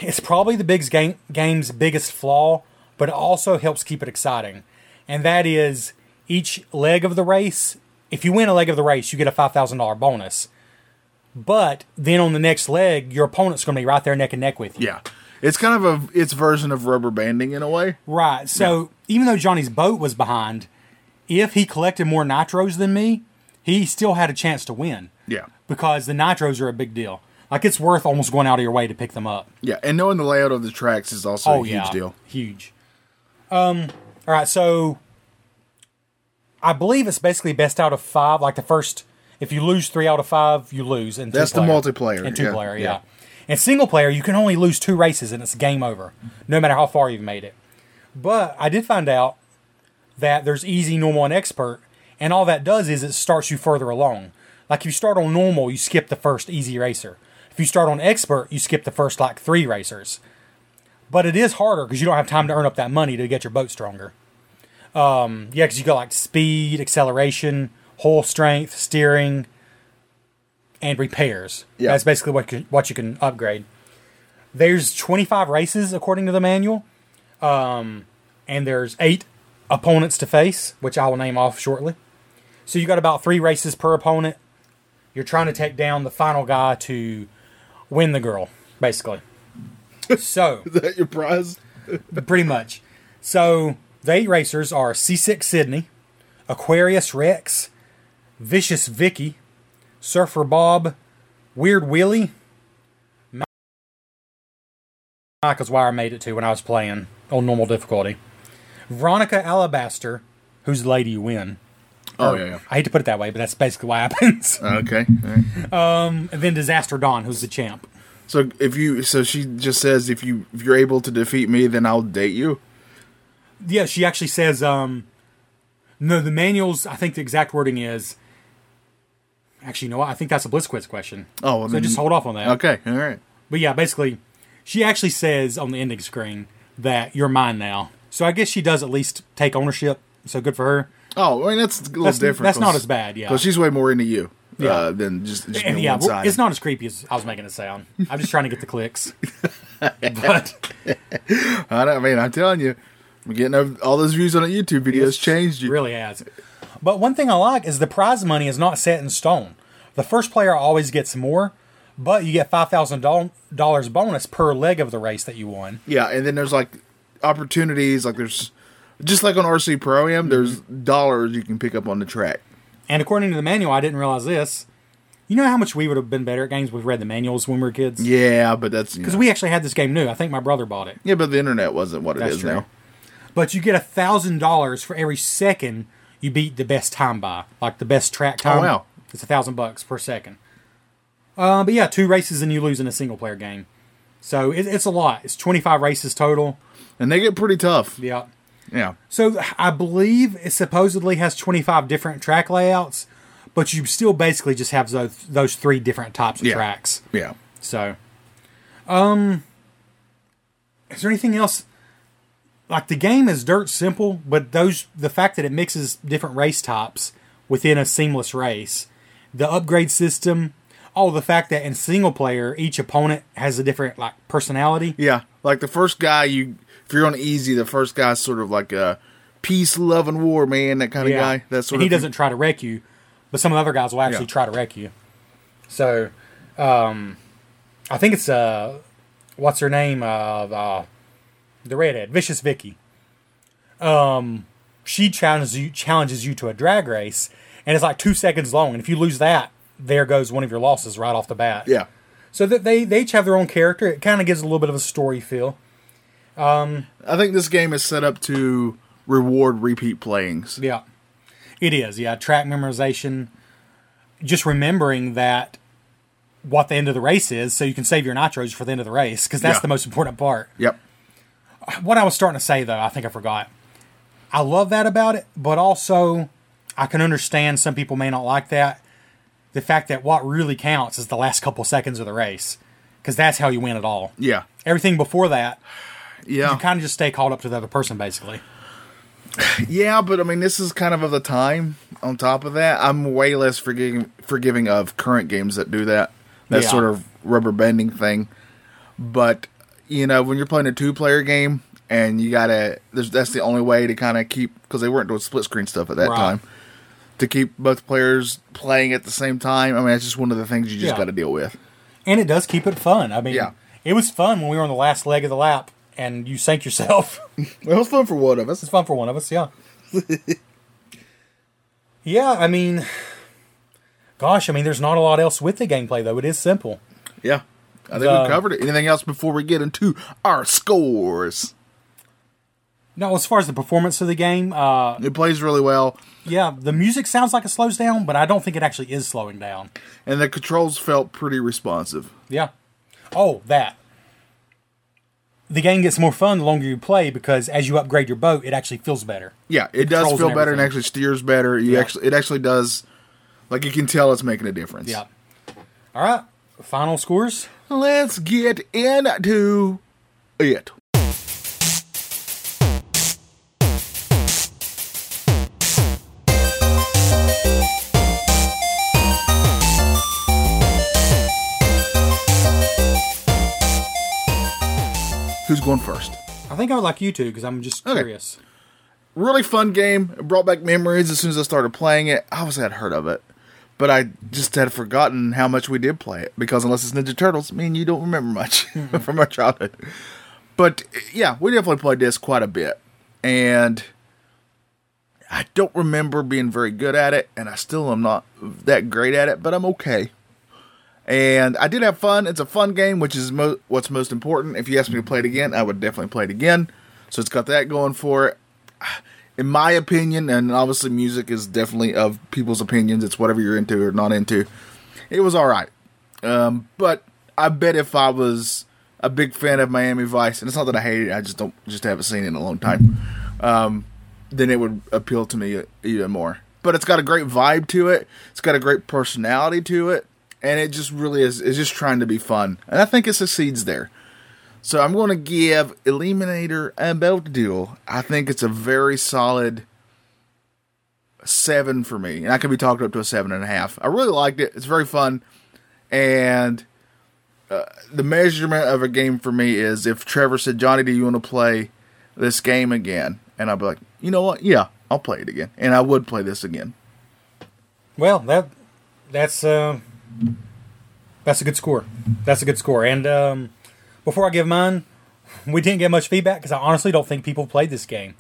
it's probably the big game, game's biggest flaw, but it also helps keep it exciting. And that is each leg of the race, if you win a leg of the race, you get a $5,000 bonus. But then on the next leg, your opponent's going to be right there neck and neck with you.
Yeah, it's kind of a its version of rubber banding in a way.
Right. So even though Johnny's boat was behind, if he collected more nitros than me, he still had a chance to win.
Yeah.
Because the nitros are a big deal. Like it's worth almost going out of your way to pick them up.
Yeah, and knowing the layout of the tracks is also a huge deal.
Oh, Huge. Um. All right. So I believe it's basically best out of five. Like the first, if you lose three out of five, you lose. And
That's the multiplayer,
And two
yeah,
player,
yeah.
yeah. And single player, you can only lose two races, and it's game over, no matter how far you've made it. But I did find out that there's easy, normal, and expert, and all that does is it starts you further along. Like if you start on normal, you skip the first easy racer. If you start on expert, you skip the first like three racers. But it is harder because you don't have time to earn up that money to get your boat stronger. Um, yeah, because you got like speed, acceleration, hull strength, steering, and repairs.
Yeah.
that's basically what you, what you can upgrade. There's 25 races according to the manual um, and there's eight opponents to face, which I will name off shortly. So you got about three races per opponent. You're trying to take down the final guy to win the girl, basically. so
*laughs* Is that your prize?
pretty much. So the eight racers are C6 Sydney, Aquarius Rex, Vicious Vicky, Surfer Bob, Weird Willie. Ma- Mike is why I made it to when I was playing on normal difficulty. Veronica Alabaster, who's the lady you win.
Oh yeah.
I hate to put it that way, but that's basically what *laughs* happens.
yeah. Okay. all right.
And then Disaster Dawn, who's the champ.
So if you, so she just says, if you, if you're able to defeat me, then I'll date you.
yeah, she actually says, um, no, the manuals, I think the exact wording is, actually, you know what? I think that's a Blitz Quiz question.
Oh, well,
so
then-
just hold off on that.
Okay. All right.
But yeah, basically, she actually says on the ending screen that you're mine now. So I guess she does at least take ownership. So good for her.
Oh, I mean that's a little
That's-
different.
that's not as bad, yeah.
Because she's way more into you.
Yeah.
Uh, than just, just
And
being
yeah,
one side.
it's not as creepy as I was making it sound. I'm just trying to get the
*laughs*
clicks. but
I, don't, I mean, I'm telling you, I'm getting over, all those views on the YouTube videos changed you.
really has. But one thing I like is the prize money is not set in stone. The first player always gets more, but you get five thousand dollars bonus per leg of the race that you won.
Yeah, and then there's like opportunities, like there's just like on RC Pro
Mm-hmm.
Am, there's dollars you can pick up on the track.
And according to the manual, I didn't realize this. You know how much we would have been better at games? We've read the manuals when we were kids.
Yeah, but that's you
Because
know-
we actually had this game new. I think my brother bought it.
yeah, but the internet wasn't what it
That's
is
true.
now.
But you get a thousand dollars for every second you beat the best time by, like the best track time.
Oh, wow.
it's a thousand bucks per second. Uh, but yeah, two races and you lose in a single player game, so it, it's a lot. It's twenty five races total.
And they get pretty tough.
Yeah.
Yeah.
So I believe it supposedly has 25 different track layouts, but you still basically just have those those three different types of
Yeah.
tracks.
Yeah.
So, um, is there anything else? Like the game is dirt simple, but those the fact that it mixes different race types within a seamless race, the upgrade system, oh, the fact that in single player each opponent has a different like personality.
Yeah. Like the first guy you if you're on easy, the first guy's sort of like a peace, love and war man, that kind of guy. That sort
and
of
he
thing.
doesn't try to wreck you, but some of the other guys will actually
Yeah.
try to wreck you. So, um, I think it's uh, what's her name of uh, the redhead, Vicious Vicky. Um, she challenges you challenges you to a drag race, and it's like two seconds long. And if you lose that, there goes one of your losses right off the bat.
Yeah.
So that they they each have their own character. It kind of gives a little bit of a story feel.
I think this game is set up to reward repeat playings.
Yeah, it is. Yeah, track memorization, just remembering that what the end of the race is, so you can save your nitros for the end of the race because that's
Yeah.
the most important part.
Yep.
What I was starting to say though, I think I forgot. I love that about it, but also I can understand some people may not like that. The fact that what really counts is the last couple seconds of the race because that's how you win it all.
Yeah.
Everything before that,
Yeah.
you kind of just stay caught up to the other person basically.
Yeah, but I mean, this is kind of of the time. On top of that, I'm way less forgiving forgiving of current games that do that that
Yeah.
sort of rubber banding thing. But you know, when you're playing a two player game and you gotta, there's, that's the only way to kind of keep because they weren't doing split screen stuff at that
Right.
time to keep both players playing at the same time. I mean, that's just one of the things you just
Yeah.
got to deal with.
and it does keep it fun. I mean,
Yeah.
it was fun when we were on the last leg of the lap and you sank yourself. *laughs* it's
Well, it was fun for one of us.
fun for one of us, yeah. yeah, I mean, gosh, I mean, there's not a lot else with the gameplay though. It is simple.
Yeah, I think
The-
we covered it. Anything else before we get into our scores?
Now, as far as the performance of the game, uh,
It plays really well.
yeah, the music sounds like it slows down, but I don't think it actually is slowing down.
and the controls felt pretty responsive.
Yeah. Oh, that. The game gets more fun the longer you play because as you upgrade your boat, it actually feels better.
Yeah, it does
Controls
feel
and
better and
everything.
actually steers better. You
Yeah.
actually, it actually does. Like you can tell, it's making a difference.
Yeah. All right. Final scores.
Let's get into it. Who's going first?
I think I would like you to because I'm just
Okay.
curious.
really fun game. It brought back memories as soon as I started playing it. I was had heard of it, but I just had forgotten how much we did play it because unless it's Ninja Turtles, me and you don't remember much *laughs* from our childhood. But yeah, we definitely played this quite a bit, and I don't remember being very good at it, and I still am not that great at it, but I'm okay. And I did have fun. It's a fun game, which is mo- what's most important. If you asked me to play it again, I would definitely play it again. So it's got that going for it in my opinion, and obviously music is definitely of people's opinions. It's whatever you're into or not into. It was all right, um, but I bet if I was a big fan of Miami Vice, and it's not that I hate it, I just don't just haven't seen it in a long time. Um, then it would appeal to me e-, even more. But it's got a great vibe to it. It's got a great personality to it, and it just really is. Is just trying to be fun, and I think it succeeds there. So I'm going to give Eliminator a belt deal. I think it's a very solid seven for me, and I could be talked up to a seven and a half. I really liked it. It's very fun, and uh, the measurement of a game for me is if Trevor said, "Johnny, do you want to play this game again?" and I'd be like, "You know what? Yeah, I'll play it again," and I would play this again. *laughs*
Well, that that's uh, that's a good score. That's a good score. And um, before I give mine, we didn't get much feedback because I honestly don't think people played this game.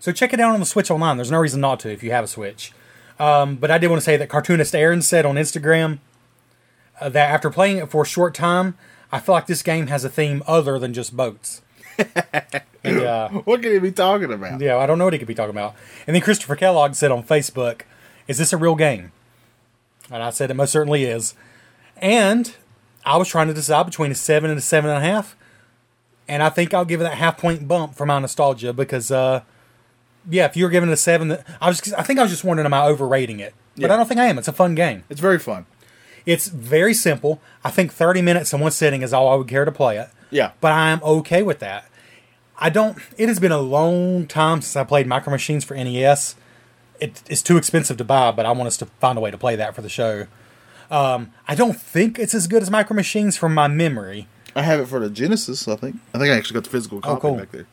So check it out on the Switch online. There's no reason not to if you have a Switch. Um, but I did want to say that cartoonist Aaron said on Instagram uh, that after playing it for a short time, I feel like this game has a theme other than just boats. *laughs* and, uh,
What could he be talking about?
yeah, I don't know what he could be talking about. And then Christopher Kellogg said on Facebook, "Is this a real game?" And I said, "It most certainly is." And I was trying to decide between a seven and a seven and a half, and I think I'll give it that half point bump for my nostalgia because, uh, yeah, if you were giving it a seven, I was, I think I was just wondering, am I overrating it? But
Yeah.
I don't think I am. It's a fun game.
It's very fun.
It's very simple. I think 30 minutes in one sitting is all I would care to play it.
Yeah.
But I am okay with that. I don't, it has been a long time since I played Micro Machines for NES. It, it's too expensive to buy, but I want us to find a way to play that for the show. Um, I don't think it's as good as Micro Machines from my memory,
I have it for the Genesis, I think. I think I actually got the physical copy
cool.
back there.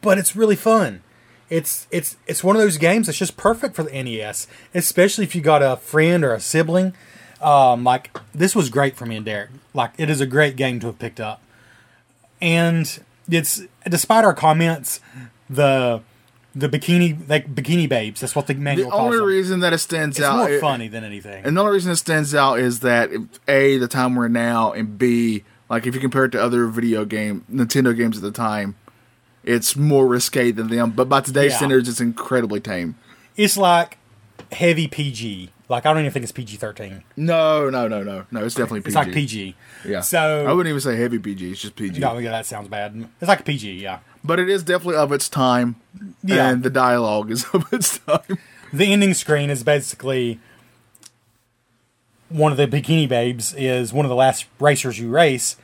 but it's really fun. It's it's it's one of those games that's just perfect for the NES, especially if you got a friend or a sibling. Um, like this was great for me and Derek. Like it is a great game to have picked up, and it's despite our comments, the the bikini like bikini babes. That's what the
The
manual calls
only
them.
reason that it stands
it's
out
more
it-
funny than anything.
And the only reason it stands out is that A, the time we're in now, and B, like if you compare it to other video game Nintendo games at the time, it's more risque than them. But by today's
Yeah.
standards, it's incredibly tame.
it's like heavy PG. Like I don't even think it's PG thirteen.
No, no, no, no, no. It's definitely PG.
It's like PG.
Yeah.
So
I wouldn't even say heavy PG. It's just PG.
no, yeah, that sounds bad. It's like PG. Yeah.
But it is definitely of its time.
Yeah.
And the dialogue is *laughs* of its time.
the ending screen is basically one of the bikini babes is one of the last racers you race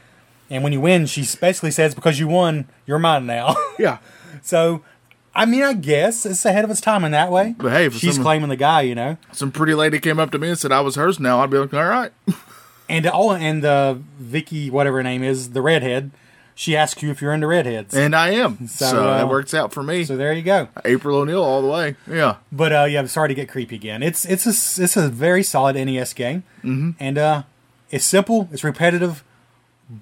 and when you win she basically says because you won you're mine now *laughs*
Yeah.
so i mean i guess it's ahead of its time in that way
But hey, for
she's
some-
claiming the guy you know
Some pretty lady came up to me and said I was hers now. I'd be like, all right. *laughs*
and oh and uh, vicky whatever her name is the redhead she asks you if you're into redheads
And I am. So,
uh,
that works out for me.
so there you go
April O'Neil all the way. Yeah.
But uh, yeah, I'm sorry to get creepy again. It's it's a it's a very solid NES game, mm-hmm. and uh, it's simple, it's repetitive,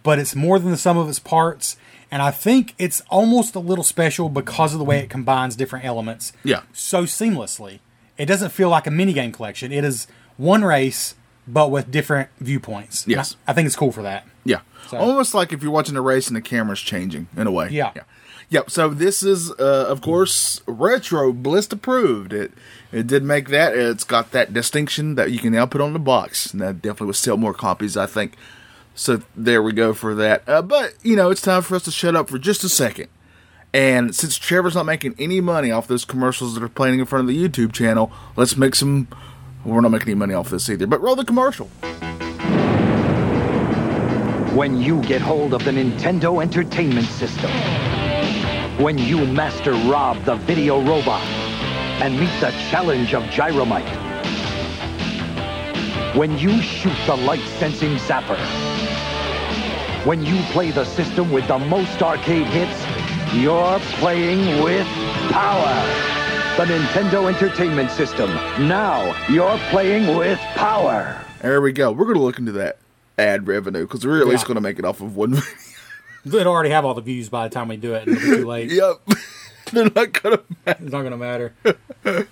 but it's more than the sum of its parts. And I think it's almost a little special because of the way it combines different elements
Yeah.
so seamlessly. It doesn't feel like a minigame collection. It is one race, but with different viewpoints. And
Yes.
I, I think it's cool for that.
Yeah.
So-
Almost like if you're watching a race and the camera's changing in a way.
Yeah.
yeah. Yep. So this is, uh, of course, retro Bliss approved. It it did make that. It's got that distinction that you can now put on the box. And that definitely would sell more copies, I think. So there we go for that. Uh, but you know, it's time for us to shut up for just a second. And since Trevor's not making any money off those commercials that are playing in front of the YouTube channel, let's make some. We're not making any money off this either. But roll the commercial.
When you get hold of the Nintendo Entertainment System. When you master Rob the Video Robot and meet the challenge of Gyromite. When you shoot the light-sensing zapper. When you play the system with the most arcade hits, you're playing with power. The Nintendo Entertainment System. Now you're playing with power.
There we go. We're going to look into that ad revenue because we're at least
Yeah.
going to make it off of one *laughs* video.
They'd already have all the views by the time we do it. And it'll be too
*laughs*
late.
yep. They're not going to.
It's not gonna matter. *laughs* I'm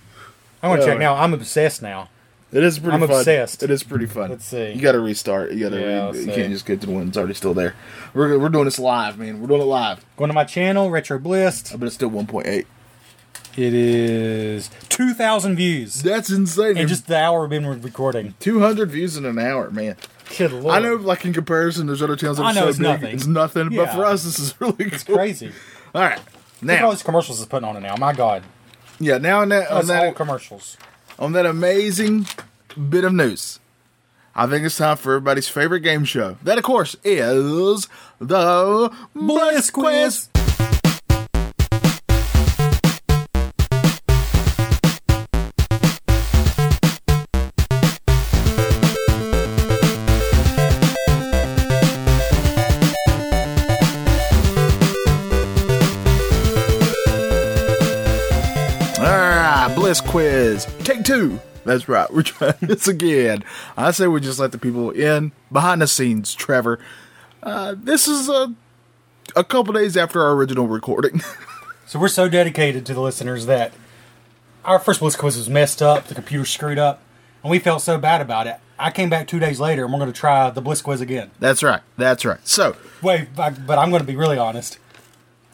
gonna check now. I'm obsessed now.
It is pretty
I'm
fun.
obsessed.
It is pretty fun.
Let's see.
You got to restart. You got to.
Yeah,
re-
let's
you
see.
can't just get to the one that's already still there. We're, we're doing this live, man. We're doing it live.
Going to my channel, Retro Blist.
I bet it's still 1.8.
It is 2,000 views.
That's insane.
In just the hour we've been recording.
200 views in an hour, man.
Good lord.
I know, like, in comparison, there's other channels that are
I know
so
it's
big,
nothing.
It's nothing. But
Yeah.
for us, this is really it's cool.
Crazy.
All right.
Look at all
Now,
these commercials it's putting on it now. My God.
yeah, now on that, on
That's all
that,
commercials.
on that amazing bit of news. I think it's time for everybody's favorite game show. That, of course, is the
Bliss quiz.
All right, Bliss Quiz. Take two. That's right. We're trying *laughs* this again. I say we just let the people in behind the scenes, Trevor. Uh, this is a, a couple days after our original recording. *laughs*
So we're so dedicated to the listeners that our first Blitz quiz was messed up. The computer screwed up. And we felt so bad about it. I came back two days later, and we're going to try the Bliss Quiz again.
That's right. That's right. So
Wait, but but I'm going to be really honest.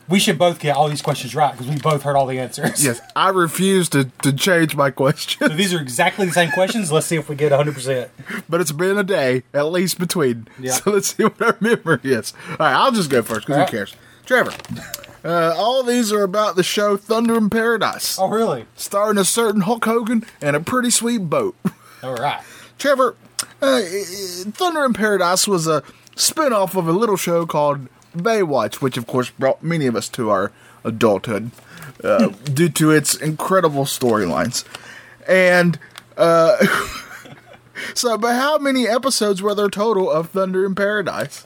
We should both get all these questions right because we both heard all the answers.
yes, I refuse to, to change my
So
question,
these are exactly the same questions. Let's see if we get 100%.
but it's been a day at least between.
Yeah.
So let's see what our memory is. All right, I'll just go first because
All right.
who cares? Trevor. Uh, all these are about the show Thunder in Paradise,
Oh, really?
starring a certain Hulk Hogan and a pretty sweet boat. *laughs*
All right.
Trevor, uh, Thunder in Paradise was a spin off of a little show called Baywatch, which of course brought many of us to our adulthood uh, due to its incredible storylines. And uh, *laughs* so, but how many episodes were there total of Thunder in Paradise?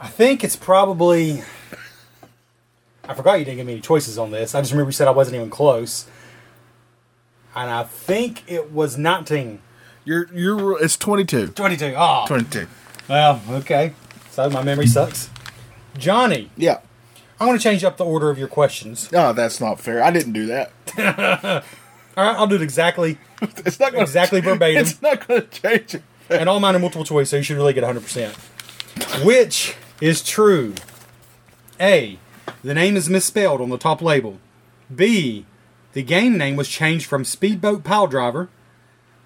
I think it's probably. I forgot you didn't give me any choices on this. I just remember you said I wasn't even close. And I think it was 19.
You're, you're, it's 22.
22. Ah.
22.
Well, okay. So my memory sucks. Johnny,
Yeah.
I want to change up the order of your questions.
Oh, that's not fair. I didn't do that. *laughs*
All right, I'll do it exactly,
It's not going
exactly verbatim.
It's not going to change it.
and all mine are multiple choice, so you should really get 100%. Which is true? A. The name is misspelled on the top label. B. The game name was changed from Speedboat Pile Driver.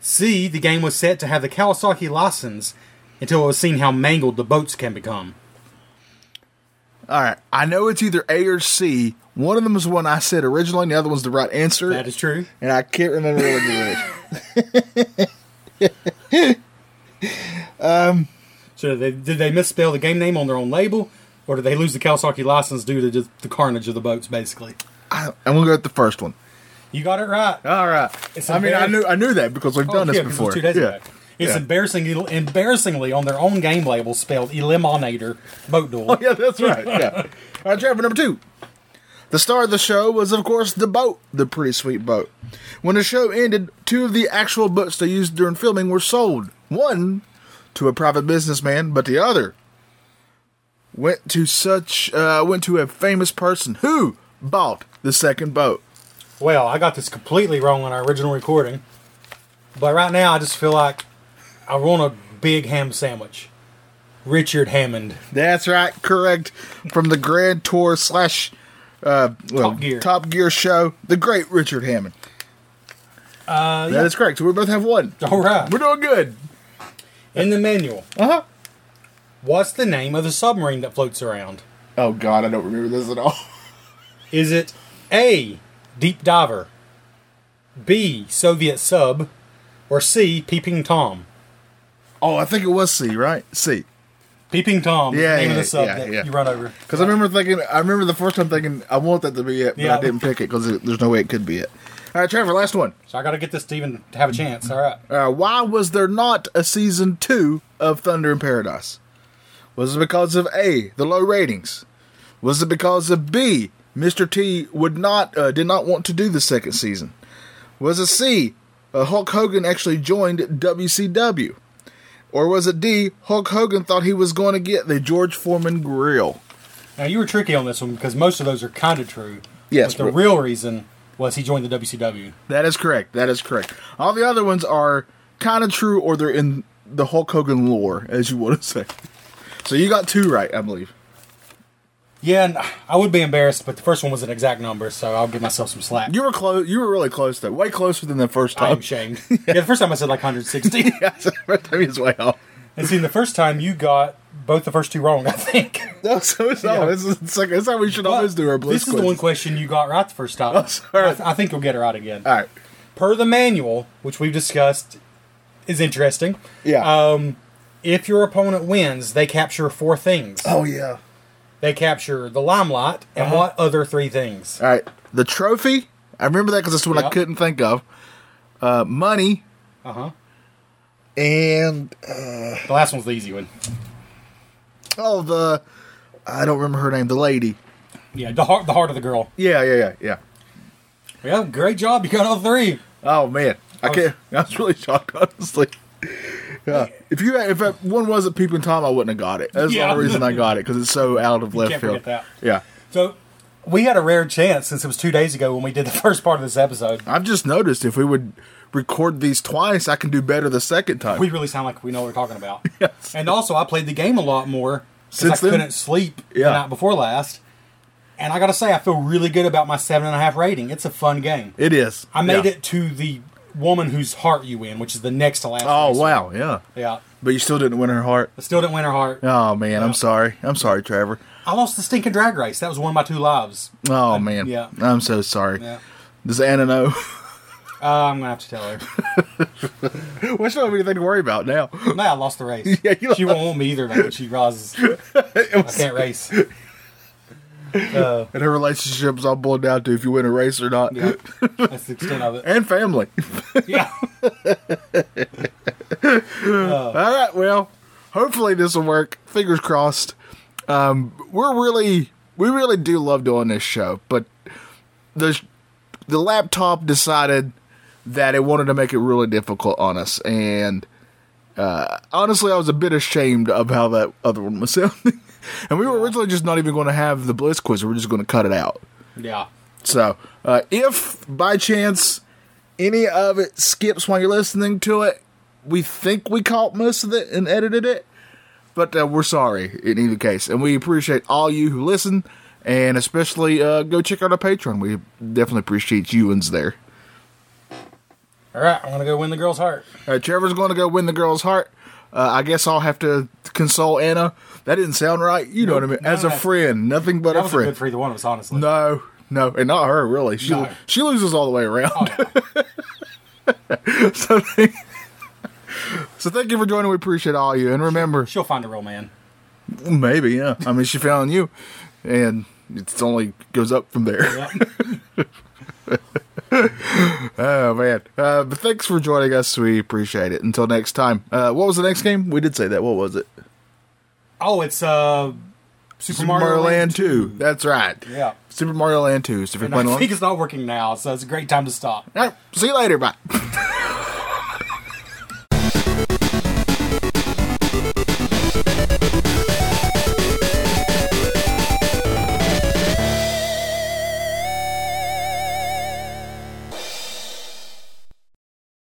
C. The game was set to have the Kawasaki license until it was seen how mangled the boats can become.
All right. I know it's either A or C. One of them is one I said originally, and the other one's the right answer.
That is true.
and I can't remember what it
*laughs*
is.
So they, did they misspell the game name on their own label, or did they lose the Kawasaki license due to just the carnage of the boats, basically?
I, I'm gonna go with the first one.
You got it right.
All right.
It's
I mean, I
embarrassing.
knew I knew that because we've done this
Oh, yeah, 'cause it
before.
was Two days
yeah.
ago. It's
Yeah.
embarrassingly, embarrassingly on their own game label spelled Eliminator Boat Duel.
Oh, *laughs* yeah, that's right.
*laughs*
Yeah. All right, Trevor, number two. The star of the show was, of course, the boat, the pretty sweet boat. When the show ended, two of the actual boats they used during filming were sold. One to a private businessman, but the other went to such uh, went to a famous person who bought the second boat.
Well, I got this completely wrong on our original recording, but right now I just feel like I want a big ham sandwich. Richard Hammond. *laughs*
That's right, correct. From the Grand Tour slash uh, well,
Top Gear.
show, the great Richard Hammond. Uh, that is correct. So we both have one.
All right.
We're doing good.
In the manual,
Uh huh.
what's the name of the submarine that floats around?
Oh God, I don't remember this at all.
Is it A. Deep Diver, B. Soviet Sub, or C. Peeping Tom?
Oh, I think it was C, right? C.
Peeping Tom. is
Yeah,
the name of
yeah,
the sub
yeah,
that
yeah.
you run over.
Because I remember thinking, I remember the first time thinking, I want that to be it, but
Yeah.
I didn't pick it because there's no way it could be it. All right, Trevor, last one.
So I got to get this to even have a chance. All right.
Uh, why was there not a season two of Thunder in Paradise? Was it because of A, the low ratings? Was it because of B, Mr. T would not uh, did not want to do the second season? Was it C, uh, Hulk Hogan actually joined WCW? Or was it D, Hulk Hogan thought he was going to get the George Foreman grill?
Now you were tricky on this one because most of those are kind of true.
Yes,
But the
but-
real reason was he joined the WCW.
That is correct. That is correct. All the other ones are kind of true or they're in the Hulk Hogan lore, as you want to say. So you got two right, I believe.
Yeah, and I would be embarrassed, but the first one was an exact number, so I'll give myself some slack.
You were close. You were really close though. Way closer than the first
I am
time. *laughs*
ashamed. yeah, the first time I said like 160.
Yes, the first time he was way off.
And see, the first time you got both the first two wrong, I
*laughs*
think.
No, so it's
Yeah.
not. It's, it's like that's how we should always do our
But
bliss
This is the one question you got right the first time.
Oh, sorry.
I, th- I think you'll get it right again.
All right.
Per the manual, which we've discussed, is interesting.
Yeah.
Um, If your opponent wins, they capture four things.
oh yeah.
They capture the limelight and what other three things?
All right. The trophy. I remember that because that's the one
Yeah.
I couldn't think of. Uh, money
Uh huh.
and
The last one's the easy one.
oh the I don't remember her name. The lady.
Yeah, the heart, the heart of the girl.
Yeah, yeah, yeah, yeah.
Yeah, great job. You got all three.
Oh man, I
was-
can't. *laughs* I was really shocked, honestly. Yeah. If you had, if that one wasn't peeping tom, I wouldn't have got it. That's
Yeah.
the only reason I got it because it's so out of left
can't
field.
forget that.
Yeah.
So, We had a rare chance since it was two days ago when we did the *laughs* first part of this episode.
I've just noticed if we would record these twice, I can do better the second time.
We really sound like we know what we're talking *laughs* about.
Yes.
And also, I played the game a lot more since
Since
I
then?
couldn't sleep the
Yeah.
night before last. And I got to say, I feel really good about my seven and a half rating. It's a fun game.
it is.
I made
Yeah.
it to the woman whose heart you win, which is the next to last.
Oh
racer.
wow, yeah.
Yeah,
But you still didn't win her heart.
but still didn't win her heart.
Oh man, I'm sorry. I'm sorry, Trevor.
I lost the stinking drag race. That was one of my two lives.
Oh man,
yeah.
I'm so sorry.
Yeah.
Does Anna know? *laughs*
Uh, I'm gonna have to tell her.
Which don't have anything to worry about now.
No, I lost the race.
Yeah, you
she won't want me either. Like, when she
*laughs*
realizes I can't race. Uh,
And her relationship's all boiled down to if you win a race or not,
yeah, that's the extent of it.
and family.
Yeah.
All right, well, hopefully this will work. Fingers crossed. Um, we're really, we really do love doing this show, but the the laptop decided that it wanted to make it really difficult on us, and uh, honestly, I was a bit ashamed of how that other one was sounding. *laughs* and we were originally just not even going to have the Blitz quiz; we we're just going to cut it out.
Yeah.
So, uh, if by chance any of it skips while you're listening to it, we think we caught most of it and edited it, but uh, we're sorry in either case. And we appreciate all you who listen, and especially uh, go check out our Patreon. We definitely appreciate you ones there.
All right, I'm gonna go win the girl's heart.
All right, Uh, Trevor's going to go win the girl's heart. Uh, I guess I'll have to console Anna. That didn't sound right. You know what I mean? As a
no.
friend, nothing but
That
a
was a
friend.
good for either one of us, honestly.
No, no, and not her really. She
No.
she loses all the way around.
Oh, yeah.
*laughs* so, thank, so thank you for joining. We appreciate all you. And remember,
She'll find a real man.
maybe yeah. I mean, she found you, and it's only goes up from there.
Yeah.
*laughs* Oh man! Uh, but thanks for joining us. We appreciate it. Until next time. Uh, what was the next game? We did say that. What was it?
Oh, it's uh, Super,
Super Mario Land Two. That's right.
Yeah.
Super Mario Land Two. So if you're
And I
playing along.
think it's not working now, so it's a great time to stop.
All right. See you later. Bye.